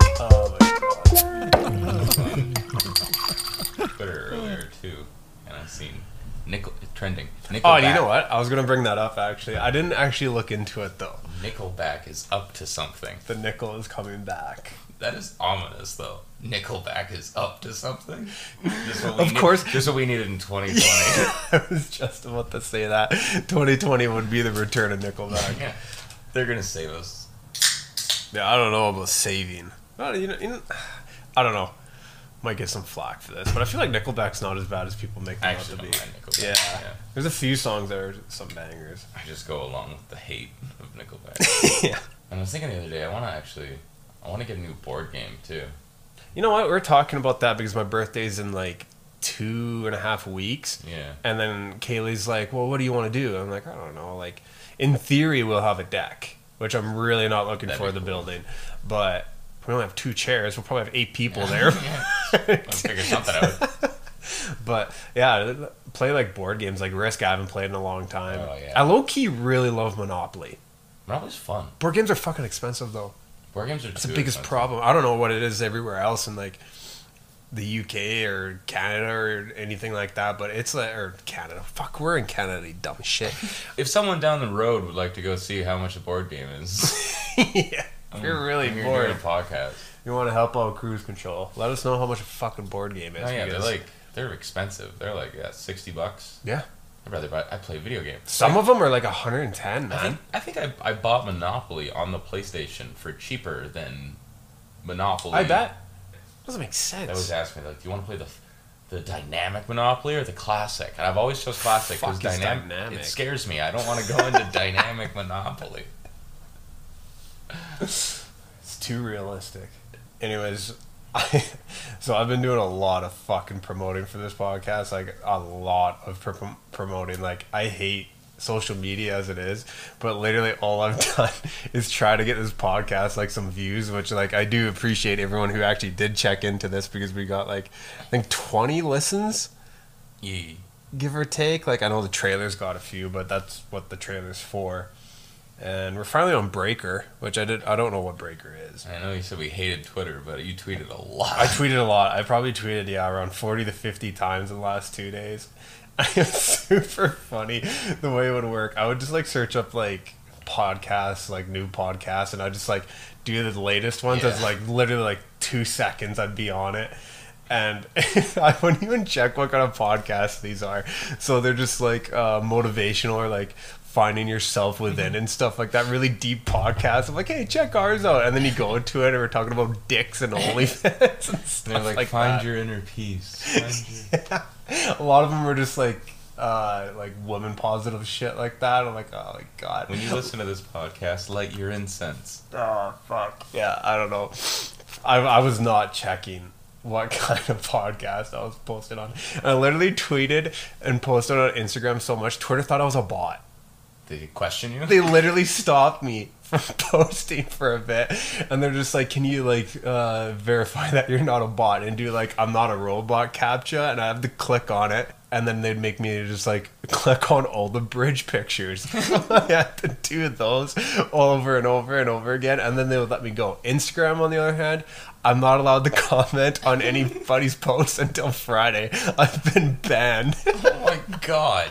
Oh, trending. Nickelback, Oh, and you know what? I was gonna bring that up actually. I didn't actually look into it though. Nickelback is up to something. The nickel is coming back. That is ominous, though. Nickelback is up to something. This is what Of need- course. this is what we needed in 2020. I was just about to say that 2020 would be the return of Nickelback. Uh, yeah, they're gonna save us. yeah, I don't know about saving. No, you know, you know, I don't know. Might get some flack for this, but I feel like Nickelback's not as bad as people make I them out to actually be. don't mind Nickelback. Yeah. There's a few songs that are some bangers. I just go along with the hate of Nickelback. yeah. and I was thinking the other day, I want to actually, I want to get a new board game too. You know what? We are talking about that because my birthday's in like two and a half weeks. Yeah. And then Kaylee's like, well, what do you want to do? I'm like, I don't know. Like, in theory, we'll have a deck, which I'm really not looking That'd for the be cool. building. But we only have two chairs. We'll probably have eight people there. yeah. I'll figure something out. But yeah, play like board games like Risk. I haven't played in a long time. Oh, yeah. I low key really love Monopoly. Monopoly's fun. Board games are fucking expensive though. Board games are That's the too biggest expensive. problem. I don't know what it is everywhere else in like the UK or Canada or anything like that, but it's like or Canada. Fuck, we're in Canada, you dumb shit. If someone down the road would like to go see how much a board game is, yeah, I'm- you're really I'm here doing Mm. bored. a podcast. You want to help out cruise control? Let us know how much a fucking board game is. Oh yeah, they're because like they're expensive. They're like yeah, sixty bucks. Yeah. I'd rather buy. I play video games. some of them are like 110, I man. think, I think I I bought Monopoly on the PlayStation for cheaper than Monopoly. I bet. Doesn't make sense. They always ask me like, do you want to play the the dynamic Monopoly or the classic? And I've always chose classic because Fuck is dynamic, dynamic? it scares me. I don't want to go into dynamic Monopoly. It's too realistic. Anyways, I, so I've been doing a lot of fucking promoting for this podcast, like a lot of pro- promoting. Like I hate social media as it is, but literally all I've done is try to get this podcast like some views, which like I do appreciate everyone who actually did check into this because we got like I think 20 listens, Yee. give or take. Like I know the trailer's got a few, but that's what the trailer's for. And we're finally on Breaker, which I did I don't know what Breaker is. I know you said we hated Twitter, but you tweeted a lot. I tweeted a lot. I probably tweeted yeah around forty to fifty times in the last two days. It was super funny the way it would work. I would just like search up like podcasts, like new podcasts, and I would just like do the latest ones. That's Yeah. like literally like two seconds. I'd be on it, and I wouldn't even check what kind of podcasts these are. So they're just like uh, motivational or like finding yourself within Mm-hmm. and stuff like that. Really deep podcasts. I'm like, hey, check ours out, and then you go into it and we're talking about dicks and OnlyFans and stuff And they're like, like find that. your inner peace. Find your- a lot of them were just like uh like woman positive shit like that i'm like oh my god when you listen to this podcast, light your incense. oh fuck yeah i don't know i, I was not checking what kind of podcast i was posted on and i literally tweeted and posted on instagram so much twitter thought i was a bot Did he question you? they literally stopped me from posting for a bit and they're just like can you like uh, verify that you're not a bot and do like i'm not a robot captcha and i have to click on it and then they'd make me just like click on all the bridge pictures i had to do those all over and over and over again and then they would let me go instagram on the other hand i'm not allowed to comment on anybody's posts until friday i've been banned oh my god.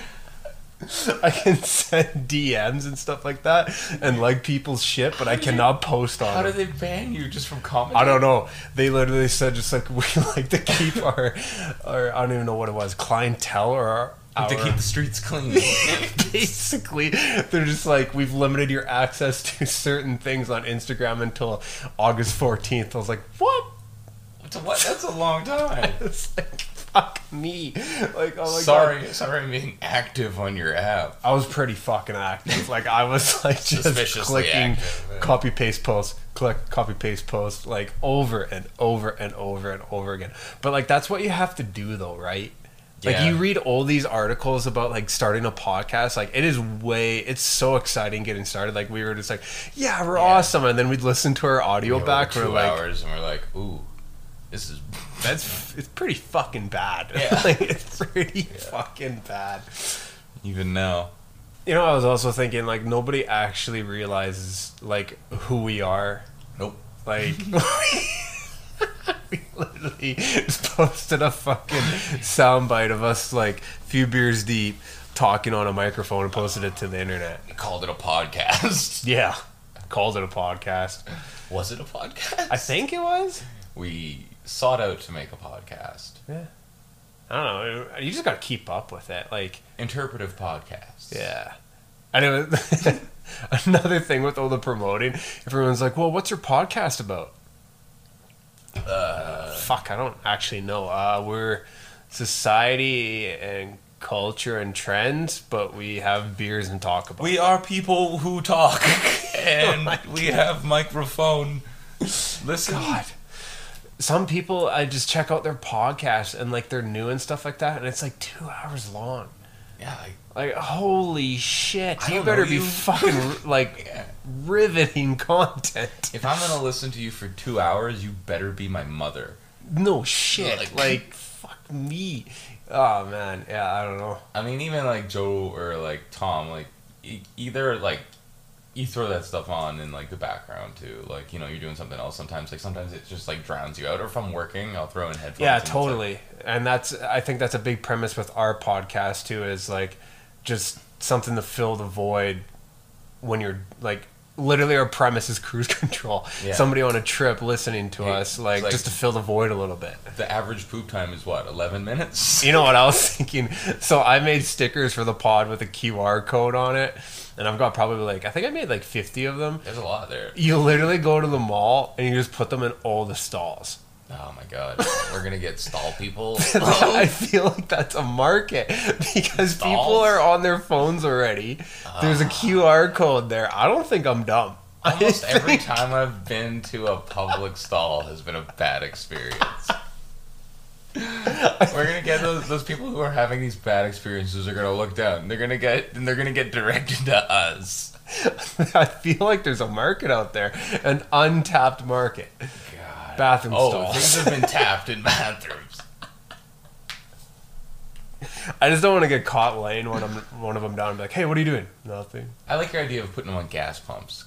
I can send DMs and stuff like that and like people's shit, but I cannot post How on do it. they ban you just from commenting? I don't know. They literally said just like we like to keep our, our I don't even know what it was, clientele or our, Like, to our- keep the streets clean. basically they're just like we've limited your access to certain things on Instagram until August 14th. I was like, "What?" That's a- what? That's a long time. It's like fuck me. Like oh my sorry, God. sorry, I'm being active on your app. I was pretty fucking active. Like I was like just Suspiciously clicking active, yeah. copy paste post, click copy paste post, like over and over and over and over again. But like that's what you have to do though, right? Like Yeah. you read all these articles about like starting a podcast, like it is way it's so exciting getting started. Like we were just like, yeah, we're Yeah. awesome, and then we'd listen to our audio You know, back. we're We're two like, hours, and we're like, ooh, this is that's it's pretty fucking bad. Yeah. like it's pretty fucking bad. even now. You know, I was also thinking like nobody actually realizes like who we are. Nope. Like we literally somebody posted a fucking soundbite of us like few beers deep talking on a microphone and posted it to the internet. Called it a podcast. Yeah, called it a podcast. Was it a podcast? I think it was. we sought out to make a podcast. Yeah. I don't know. You just got to keep up with it. Like, Interpretive podcasts. yeah. And it was another thing with all the promoting. Everyone's like, "Well, what's your podcast about?" Uh, Fuck, I don't actually know. Uh, we're society and culture and trends, but we have beers and talk about. We are people who talk, Oh and we have microphone. Listen, God. Some people, I just check out their podcasts and like they're new and stuff like that, and it's like two hours long. yeah, Like like, holy shit! I You don't better know be you. fucking like Yeah. riveting content. if I'm gonna listen to you for two hours, you better be my mother. No shit. Like, Like- fuck me. Oh man, yeah, I don't know. I mean, even like Joe or like Tom, like e- either like you throw that stuff on in like the background too, like you know you're doing something else. Sometimes like sometimes it just like drowns you out. Or if I'm working, I'll throw in headphones. Yeah, and it's like- totally. And that's I think that's a big premise with our podcast too is like just something to fill the void when you're like literally our premise is cruise control. Yeah. Somebody on a trip listening to Yeah, us like, like- just to fill the void a little bit. the average poop time is what eleven minutes. You know what I was thinking? So I made stickers for the pod with a QR code on it, and I've got probably like I think I made like 50 of them. There's a lot there. You literally go to the mall and you just put them in all the stalls. Oh my god, we're gonna get stall people. I feel like that's a market because people Stalls? are on their phones already. There's a QR code there. I don't think I'm dumb. I Almost every think- time I've been to a public stall has been a bad experience. We're gonna get those those people who are having these bad experiences are gonna look down. They're gonna get and they're gonna get directed to us. I feel like there's a market out there, an untapped market. God. Bathroom oh, stalls. things have been tapped in bathrooms. I just don't want to get caught laying one of them, one of them down and be like, "Hey, what are you doing?" Nothing. I like your idea of putting them on gas pumps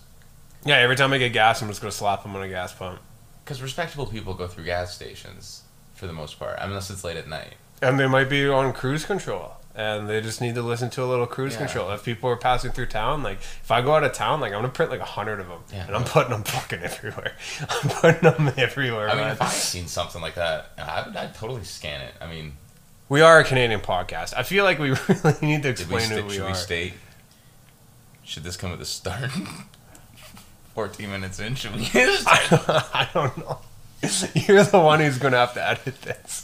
Yeah, every time I get gas, I'm just gonna slap him on a gas pump. because respectable people go through gas stations for the most part, unless it's late at night. And they might be on cruise control, and they just need to listen to a little cruise Yeah. control. If people are passing through town, like if I go out of town, like I'm gonna print like a hundred of them, Yeah. and I'm putting them fucking everywhere. I'm putting them everywhere. I mean, man. if I've seen something like that, I would I'd totally scan it. I mean, we are a Canadian podcast. I feel like we really need to Did we explain sta- who we should are. we state? Should this come at the start? 14 minutes in, should we? I, don't, I don't know. You're the one who's gonna have to edit this.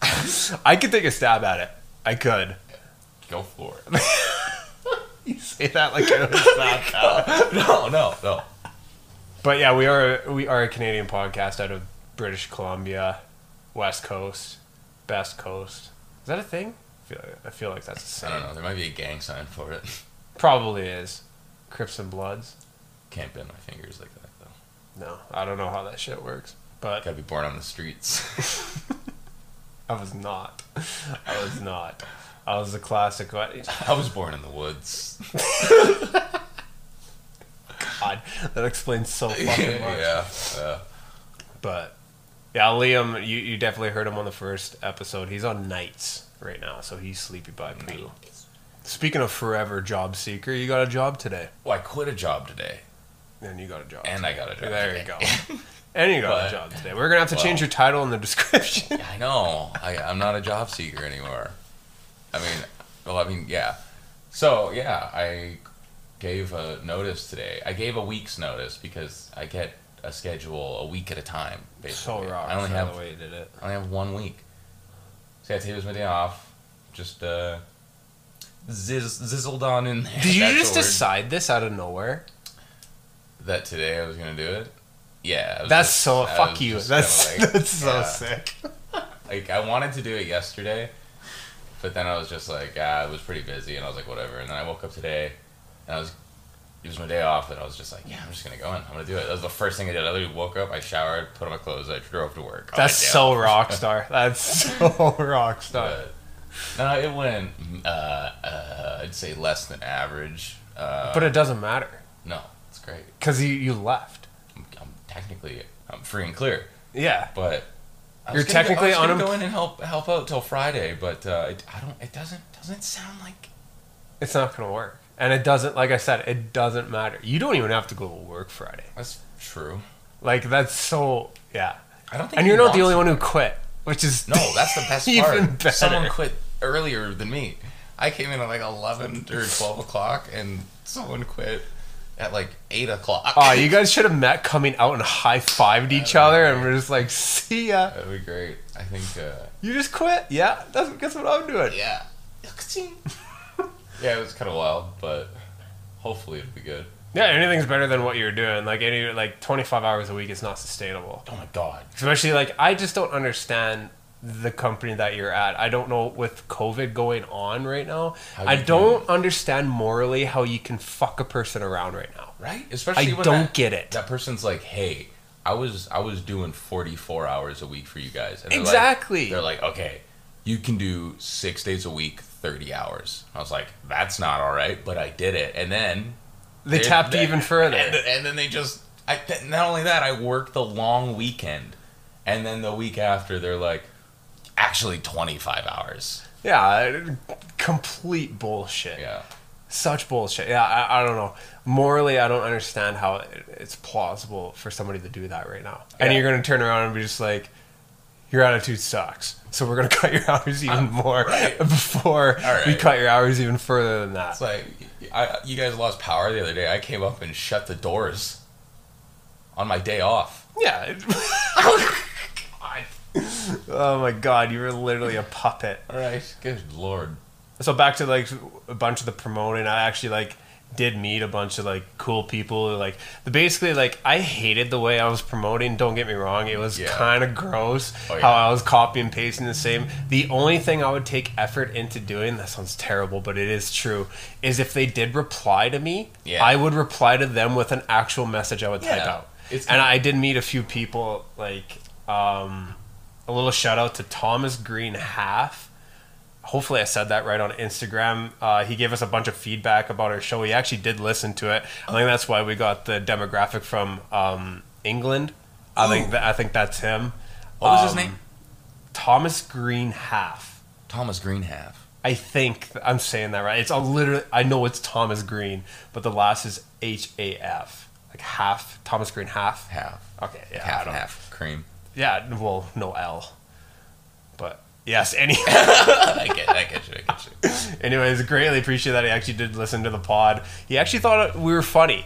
I could take a stab at it. I could. Go for it. You say that like it was not that. No, no, no. But yeah, we are we are a Canadian podcast out of British Columbia, West Coast, Best Coast. Is that a thing? I feel like, I feel like that's a I saying. don't know. There might be a gang sign for it. Probably is. Crips and Bloods. Can't bend my fingers like that, though. No, I don't know how that shit works. But Gotta be born on the streets. I was not. I was not. I was the classic. one. I was born in the woods. God, that explains so fucking much. yeah. yeah. But yeah, Liam, you, you definitely heard him on the first episode. He's on nights right now, so he's sleepy by poo. Speaking of forever job seeker, you got a job today. Well, I quit a job today, And you got a job. and I got a job. there you today. go. and you got a But- job today. We're gonna have to change your Well. title in the description. I know. I, I'm not a job seeker anymore. I mean, well, I mean, yeah. So yeah, I gave a notice today. I gave a week's notice because I get a schedule a week at a time. so Basically, rock. I only have the way you did it. I only have one week. So yeah, today was my day off. Just uh, zizz, zizzled on in there. Did you That's just the word. decide this out of nowhere? that today I was gonna do it? Yeah. I was That's just- so I fuck was you. just That's kinda like- that's so yeah. Oh, sick. like I wanted to do it yesterday, but then I was just like, ah, I was pretty busy, and I was like, whatever. And then I woke up today, and I was, it was my day off, and I was just like, yeah, I'm just gonna go in, I'm gonna do it. That was the first thing I did. I literally woke up, I showered, put on my clothes, I drove to work. Oh, on my That's day so off. rock star. That's so rock star. But, no, it went. Uh, uh, I'd say less than average. Uh, But it doesn't matter no, it's great. because you you left. I'm, I'm technically I'm free and clear, Yeah. but I You're was gonna technically go, I was unem- gonna go in and help help out till Friday, but uh, it, I don't. It doesn't doesn't sound like. It's not going to work. And it doesn't, like I said, it doesn't matter. You don't even have to go to work Friday. That's true. Like, that's so, yeah. I don't think. And he you're not the wants only one who quit, which is. it. No, that's the best even part. Better. Someone quit earlier than me. I came in at like eleven or twelve o'clock, and someone quit at like eight o'clock. Oh, you guys should have met coming out and high fived each other, and we're just like, see ya. That'd be great. I think. Uh, You just quit? Yeah, that's, that's what I'm doing. yeah. yeah, it was kind of wild, but hopefully it'll be good. Yeah, anything's better than what you're doing. Like, any, like 25 hours a week is not sustainable. Oh my god. Especially, like, I just don't understand the company that you're at. I don't know with COVID going on right now. How I you don't understand morally how you can fuck a person around right now. Right? I Especially when don't that, get it. that person's like, "Hey, I was I was doing 44 hours a week for you guys." And they're like- Exactly. they're like, "Okay, you can do 6 days a week, 30 hours." I was like, "That's not all right, but I did it." And then they tapped even further. And, and then they just I th- not only that, I worked the long weekend. And then the week after they're like, "Actually 25 hours." yeah, complete bullshit. Yeah. Such bullshit. Yeah, I, I don't know. Morally, I don't understand how it, it's plausible for somebody to do that right now. And Yeah. you're going to turn around and be just like, your attitude sucks. So we're going to cut your hours even more Uh, right. before we right. cut your hours even further than that. It's like I, you guys lost power the other day. I came up and shut the doors on my day off. yeah. oh my god, you were literally a puppet. All right, good lord. so back to like a bunch of the promoting i actually like did meet a bunch of like cool people like the basically like i hated the way i was promoting don't get me wrong it was Yeah. kind of gross Oh, yeah. how i was copy and pasting the same the only thing i would take effort into doing that sounds terrible but it is true is if they did reply to me Yeah. i would reply to them with an actual message i would type Yeah. out It's and kinda- i did meet a few people like um a little shout out to thomas green half hopefully I said that right on Instagram. Uh, he gave us a bunch of feedback about our show. He actually did listen to it. I think that's why we got the demographic from um, England. I think that, I think that's him. What was his Um, name? Thomas Green Half. Thomas Greenhalf. I think I'm saying that right. It's a literally I know it's Thomas Green, but the last is H A F. Like half Thomas Green half. Half. Okay, yeah, I half don't- and half cream. yeah. Well, no L, but yes. Any I get, I get you. I get you. Anyways, greatly appreciate that he actually did listen to the pod. He actually thought we were funny,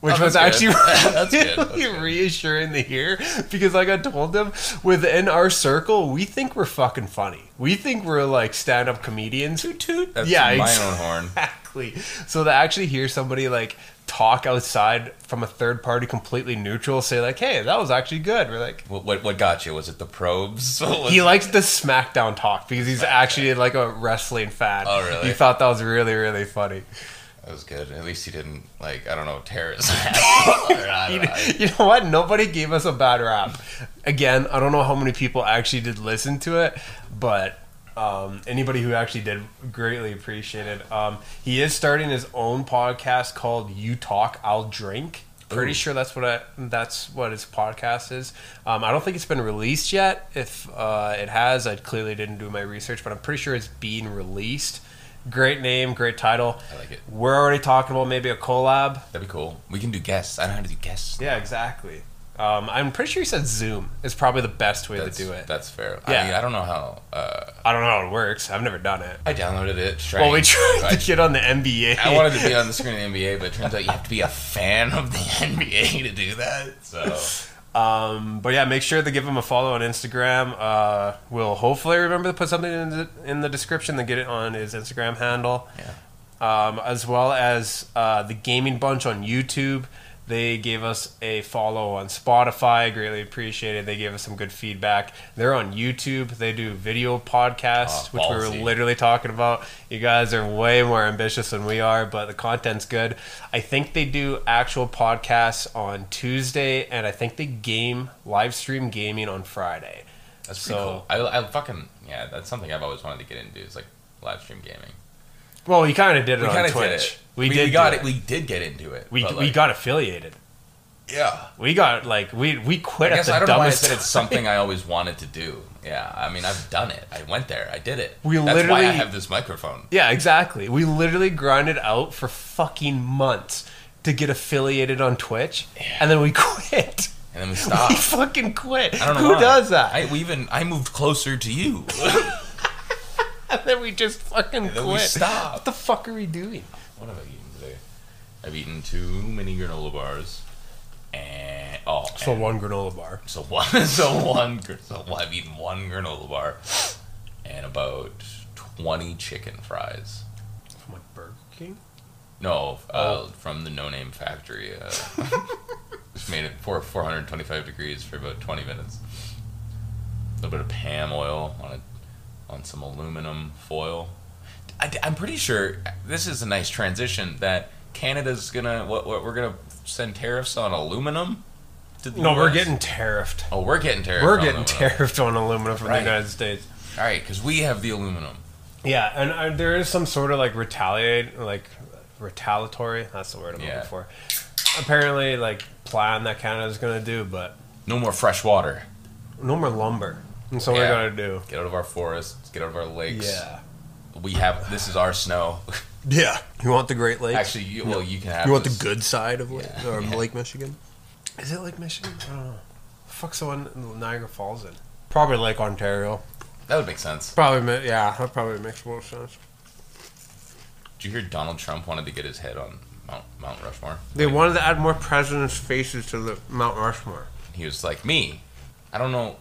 which Oh, was that's actually good. That's good. That's really good. reassuring to hear because, like I told him, within our circle, we think we're fucking funny. We think we're like stand-up comedians. Toot toot. That's yeah, my ex- own horn. exactly. So to actually hear somebody like talk outside from a third party, completely neutral, say like, "Hey, that was actually good," we're like. What, what, what got you? Was it the probes? Was- He likes the SmackDown talk because he's actually like a wrestling fan. Oh, really? He thought that was really, really funny. that was good. At least he didn't, like, I don't know, tear his ass. Or I you, don't know. I- you know what? Nobody gave us a bad rap. Again, I don't know how many people actually did listen to it, but um, anybody who actually did greatly appreciate it. Um, he is starting his own podcast called "You Talk, I'll Drink." Pretty Ooh. sure that's what I, that's what his podcast is. Um, I don't think it's been released yet. If uh, it has, I clearly didn't do my research, but I'm pretty sure it's being released. Great name, great title. I like it. We're already talking about maybe a collab. That'd be cool. We can do guests. I don't know how to do guests. Yeah, exactly. Um, I'm pretty sure he said Zoom is probably the best way That's, to do it. that's fair. Yeah. I, mean, I don't know how. Uh, I don't know how it works. I've never done it. I downloaded it. Well, we tried- tried I to get on the NBA. I wanted to be on the screen of the NBA, but it turns out you have to be a fan of the NBA to do that. So um, but yeah, make sure to give him a follow on Instagram. Uh, we'll hopefully remember to put something in the, in the description then get it on his Instagram handle. Um, as well as uh, the Gaming Bunch on YouTube. They gave us a follow on Spotify. Greatly appreciated. They gave us some good feedback. They're on YouTube. They do video podcasts, Oh, which we were ballsy. literally talking about. You guys are way more ambitious than we are, but the content's good. I think they do actual podcasts on Tuesday, and I think they game live stream gaming on Friday. that's pretty so cool. I, I fucking yeah, that's something I've always wanted to get into. Is like live stream gaming. Well, we kind of did it We on kind of Twitch. did it. We, did. We do got it. it. We did get into it. We, but, we like, got affiliated. Yeah. We got like we we quit I at guess the I don't know why I dumbest. said it's time. something I always wanted to do. Yeah, I mean, I've done it. I went there. I did it. We That's why I literally- have this microphone. Yeah, exactly. We literally grinded out for fucking months to get affiliated on Twitch, and then we quit. And then we We stopped. fucking quit. I don't know Who why. does that? I, we even I moved closer to you. and then we just fucking then we quit. stopped. What the fuck are we doing? What have I eaten today? I've eaten too many granola bars, and oh, and- one granola bar. so one, so one, gr- so I've eaten one granola bar, and about twenty chicken fries. From like Burger King. No, Oh. uh, from the No Name Factory. Uh, just made it for 425 degrees for about 20 minutes. A little bit of palm oil on a, on some aluminum foil. I, am pretty sure this is a nice transition that Canada's gonna what, what we're gonna send tariffs on aluminum. To the No, we're US? getting tariffed. oh we're getting tariffs. We're on getting aluminum. tariffed on aluminum from Right. the United States. All right, because we have the aluminum. Yeah, and uh, there is some sort of like retaliate, like retaliatory. That's the word I'm Yeah. looking for. Apparently, like plan that Canada's going to do, but No more fresh water. no more lumber. And so Yeah. we're going to do. Get out of our forests. Get out of our lakes. We have this is our snow. Yeah. You want the Great Lakes? Actually, you, well, you can have. this. good side of Lake, Yeah. or Yeah. Lake Michigan? Is it Lake Michigan? I don't know. Fuck's the one in Niagara Falls in? Probably Lake Ontario. That would make sense. Probably, ma- yeah, that probably makes more sense. Did you hear Donald Trump wanted to get his head on Mount Mount Rushmore? They wanted to add more presidents' faces to the Mount Rushmore. He was like, "Me, I don't know.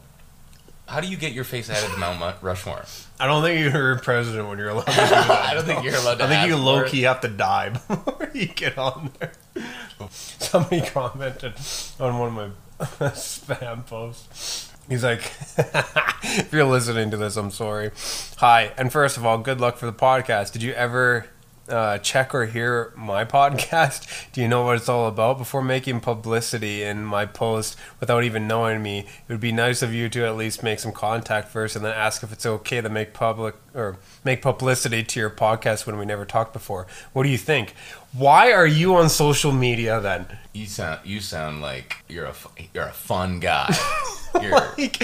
How do you get your face added to Mount Mu- Rushmore? I don't think you're a president when you're allowed to do that. I don't think you're allowed to. I think ask you for low it. key have to die before you get on there. Somebody commented on one of my spam posts. He's like, if you're listening to this, I'm sorry. Hi, and first of all, good luck for the podcast. Did you ever uh, check or hear my podcast? Do you know what it's all about? Before making publicity in my post without even knowing me, it would be nice of you to at least make some contact first and then ask if it's okay to make public or make publicity to your podcast when we never talked before. What do you think? Why are you on social media then? You sound you sound like you're a f- you're a fun guy. You're, Like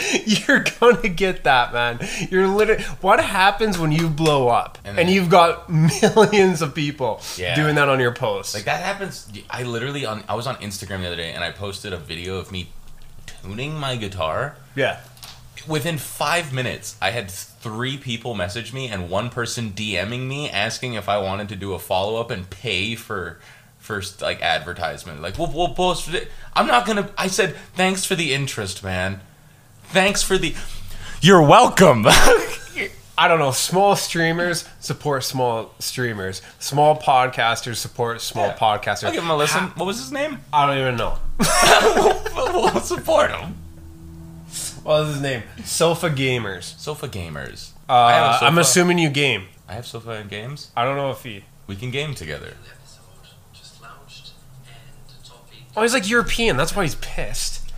you're gonna get that, man. You're literally. What happens when you blow up And and, then- you've got millions of people Yeah. doing that on your post? like that happens. I literally on I was on Instagram the other day and I posted a video of me tuning my guitar. yeah, Within five minutes, I had three people message me and one person DMing me asking if I wanted to do a follow up and pay for first like advertisement. Like we'll we'll post it. I'm not gonna. I said thanks for the interest, man. Thanks for the. You're welcome. I don't know. Small streamers support small streamers. Small podcasters support small Yeah. podcasters. I'll give him a listen. What was his name? I don't even know. We'll we'll support him. What was his name? Sofa Gamers. Sofa gamers. Uh, I have a I'm sofa. assuming you game. I have sofa and games. I don't know if he. We can game together. episode just launched and the topic Oh, he's like European. That's why he's pissed.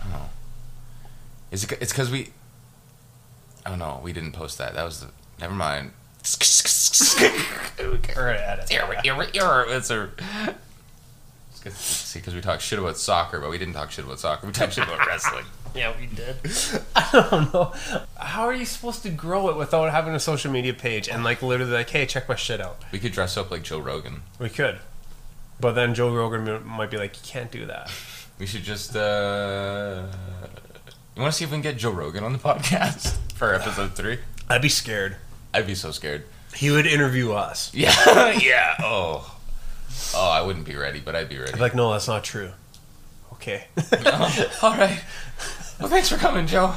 Is it? c- It's because we. Oh no, we didn't post that. That was the. Never mind. Or edit. It's a. It's good. See, because we talked shit about soccer, but we didn't talk shit about soccer. We talked shit about wrestling. Yeah, we did. I don't know. How are you supposed to grow it without having a social media page and like literally like, hey, check my shit out? We could dress up like Joe Rogan. We could, but then Joe Rogan m- might be like, you can't do that. We should just. uh... You want to see if we can get Joe Rogan on the podcast for episode three? I'd be scared. I'd be so scared. He would interview us. Yeah, yeah. Oh, oh, I wouldn't be ready, but I'd be ready. I'd be like, no, that's not true. Okay. Oh, all right. Well, thanks for coming, Joe.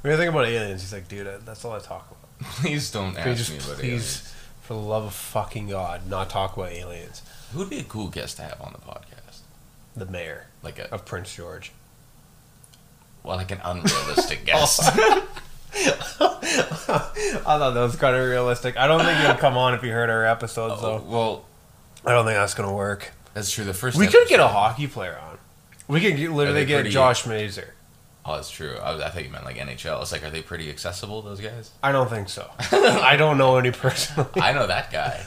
When you think about aliens, he's like, dude, that's all I talk about. Please don't Can you ask just me about please, aliens. for the love of fucking God, not talk about aliens? Who would be a cool guest to have on the podcast? The mayor Like a of Prince George. well, like an unrealistic guest. Oh. I thought that was kind of realistic. I don't think he'll come on if he heard our episode, Oh, so well, I don't think that's gonna work. that's true. The first We could get a episode- hockey player on. We could get, literally they get pretty- Josh Mazer. Oh, that's true. I, was, I thought you meant like NHL. It's like, are they pretty accessible? Those guys. I don't think so. I don't know any personally. I know that guy.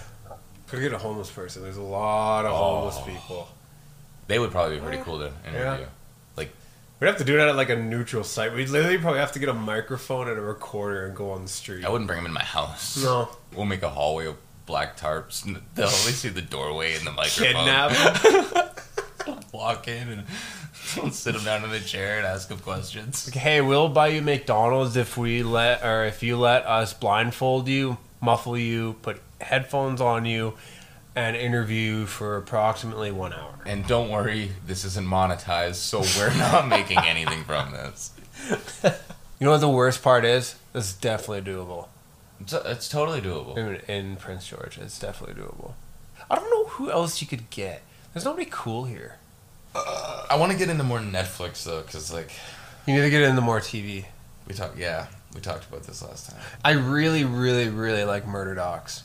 Could get a homeless person. There's a lot of homeless people. They would probably be pretty cool to interview. We'd have to do it at like a neutral site. We'd literally probably have to get a microphone and a recorder and go on the street. I wouldn't bring them in my house. No. We'll make a hallway of black tarps. and They'll only see the doorway and the microphone. Kidnap. Walk in and we'll sit them down in a chair and ask them questions. hey, we'll buy you McDonald's if we let, or if you let us blindfold you, muffle you, put headphones on you, and interview you for approximately one hour. And don't worry, this isn't monetized, so we're not making anything from this. You know what the worst part is? This is definitely doable. It's, it's totally doable. In, in Prince George, it's definitely doable. I don't know who else you could get. There's nobody cool here. Uh, I want to get into more Netflix though, because like You need to get into more TV. we talked, yeah, we talked about this last time. I really, really, really like Murder Docs.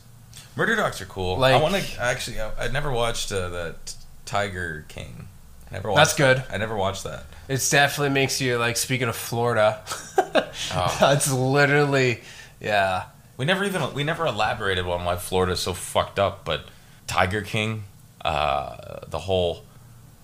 Murder Docs are cool. I Like- want to actually. I, I never watched uh, that Tiger King. I never That's watched. good. I never watched that. It definitely makes you like. Speaking of Florida, Oh. that's literally yeah. We never even we never elaborated on why Florida's so fucked up. But Tiger King, uh, the whole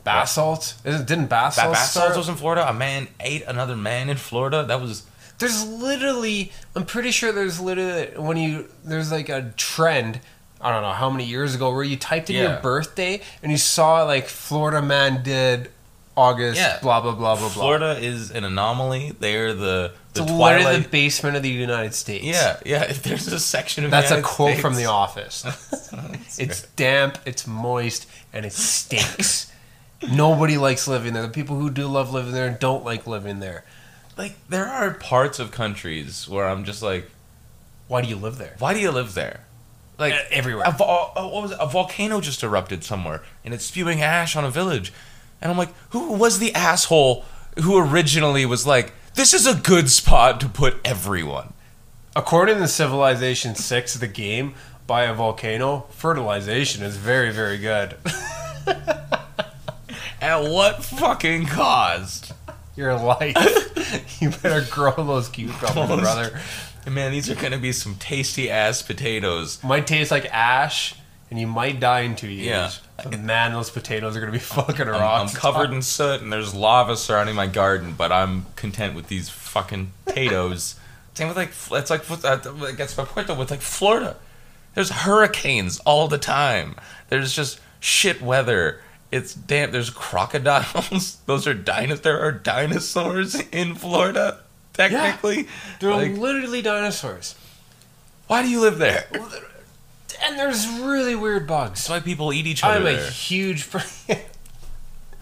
Basalt Isn't, didn't that basalt, basalt start? was in Florida. A man ate another man in Florida. That was There's literally, I'm pretty sure there's literally when you there's like a trend. I don't know how many years ago where you typed in Yeah. your birthday and you saw like Florida man did August Yeah. blah blah blah blah blah. Florida is an anomaly. They're the the it's twilight. literally the basement of the United States. yeah, yeah. If there's a section of That's the a United quote from The States- Office. It's damp, it's moist, and it stinks. Nobody likes living there. The people who do love living there don't like living there. like there are parts of countries where I'm just like, Why do you live there? why do you live there? Like E- everywhere. A, vol- uh, what was it? a volcano just erupted somewhere, and it's spewing ash on a village, and I'm like, who was the asshole who originally was like, this is a good spot to put everyone? According to Civilization 6, the game by a volcano, fertilization is very, very good. At what fucking cost? Your life. you better grow those cucumbers, Those- brother. And man, these are gonna be some tasty ass potatoes. Might taste like ash, and you might die in two years. Yeah. But man, those potatoes are going to be fucking I'm, raw. I'm covered in soot, and there's lava surrounding my garden, but I'm content with these fucking potatoes. Same with like F- that's like with- uh, that- that gets my point though with like Florida. There's hurricanes all the time. There's just shit weather. It's damp. There's crocodiles. Those are dinosaurs. There are dinosaurs in Florida. Technically, They're Like, literally dinosaurs. why do you live there? And there's really weird bugs. That's why people eat each other I'm a there. huge. fr-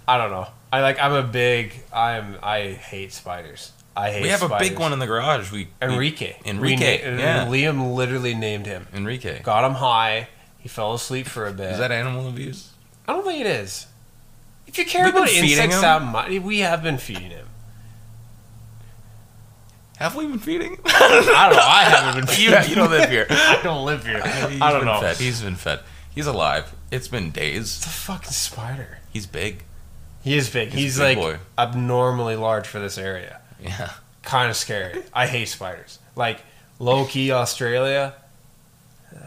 I don't know. I like. I'm a big. I'm. I hate spiders. I hate. We have a big spiders. one in the garage. We we- Enrique. Enrique, We na- uh, yeah. Liam literally named him. Enrique. Got him high. He fell asleep for a bit. Is that animal abuse? I don't think it is. If you care We've been about feeding insects him? that much, we have been feeding him. Have we been feeding? I don't know. I haven't been you, feeding you don't live here. I don't live here. He's I don't been know. Fed. It's He's been fed. He's alive. It's been days. a fucking spider. He's big. He is big. He's a He's, big like boy. abnormally large for this area. Yeah. Kind of scary. I hate spiders. Like low key Australia. Uh,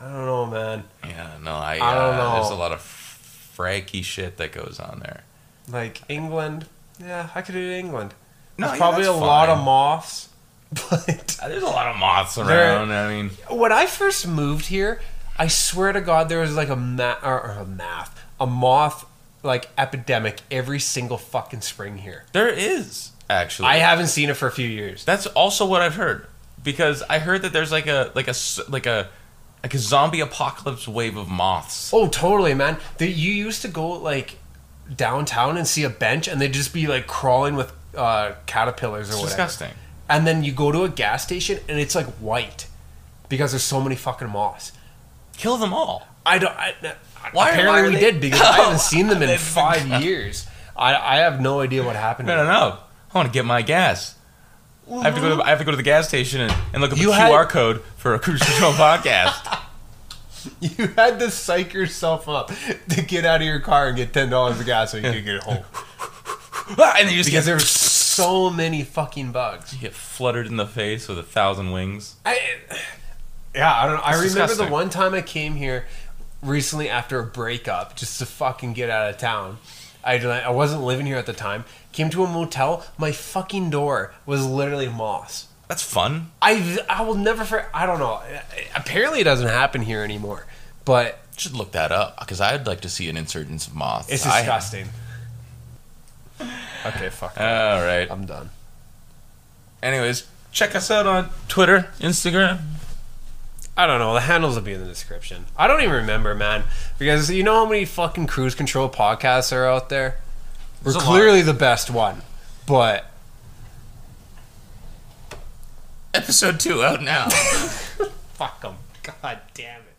I don't know, man. Yeah. No, I. I don't uh, know. There's a lot of fracky shit that goes on there. Like England. Yeah, I could do England. No, No, yeah, probably that's a lot fine. of moths. But Uh, There's a lot of moths There- around. I mean, when I first moved here, I swear to God, there was like a ma- or, or a math, a moth like epidemic every single fucking spring here. there is actually. I haven't seen it for a few years. That's also what I've heard because I heard that there's like a like a s- like a like a zombie apocalypse wave of moths. Oh, totally, man. The, you used to go like downtown and see a bench, and they'd just be like crawling with uh, caterpillars or It's whatever. disgusting. And then you go to a gas station, and it's like white because there's so many fucking moths. Kill them all. I don't. I, Why- apparently, why are we they- did because I haven't seen them in They've five years. I, I have no idea what happened. I to don't them. know. I want to get my gas. I have to go. To, I have to go to the gas station and, and look up You the had- QR code for a cruise control podcast. You had to psych yourself up to get out of your car and get ten dollars of gas so you could get home Ah, and then you just because get, there were so many fucking bugs. you get fluttered in the face with a thousand wings. I, yeah, I don't. know. I It's remember disgusting. the one time I came here recently after a breakup just to fucking get out of town. I don't- I wasn't living here at the time. Came to a motel. My fucking door was literally moss. That's fun. I I will never. For, I don't know. Apparently, it doesn't happen here anymore. But Should look that up because I'd like to see an insurgence of moths. it's I- disgusting. okay, fuck. it. all right. I'm done. Anyways, check us out on Twitter, Instagram. I don't know. The handles will be in the description. I don't even remember, man. Because you know how many fucking cruise control podcasts are out there? We're There's a lot. clearly the best one. But Episode two out now. fuck them. God damn it.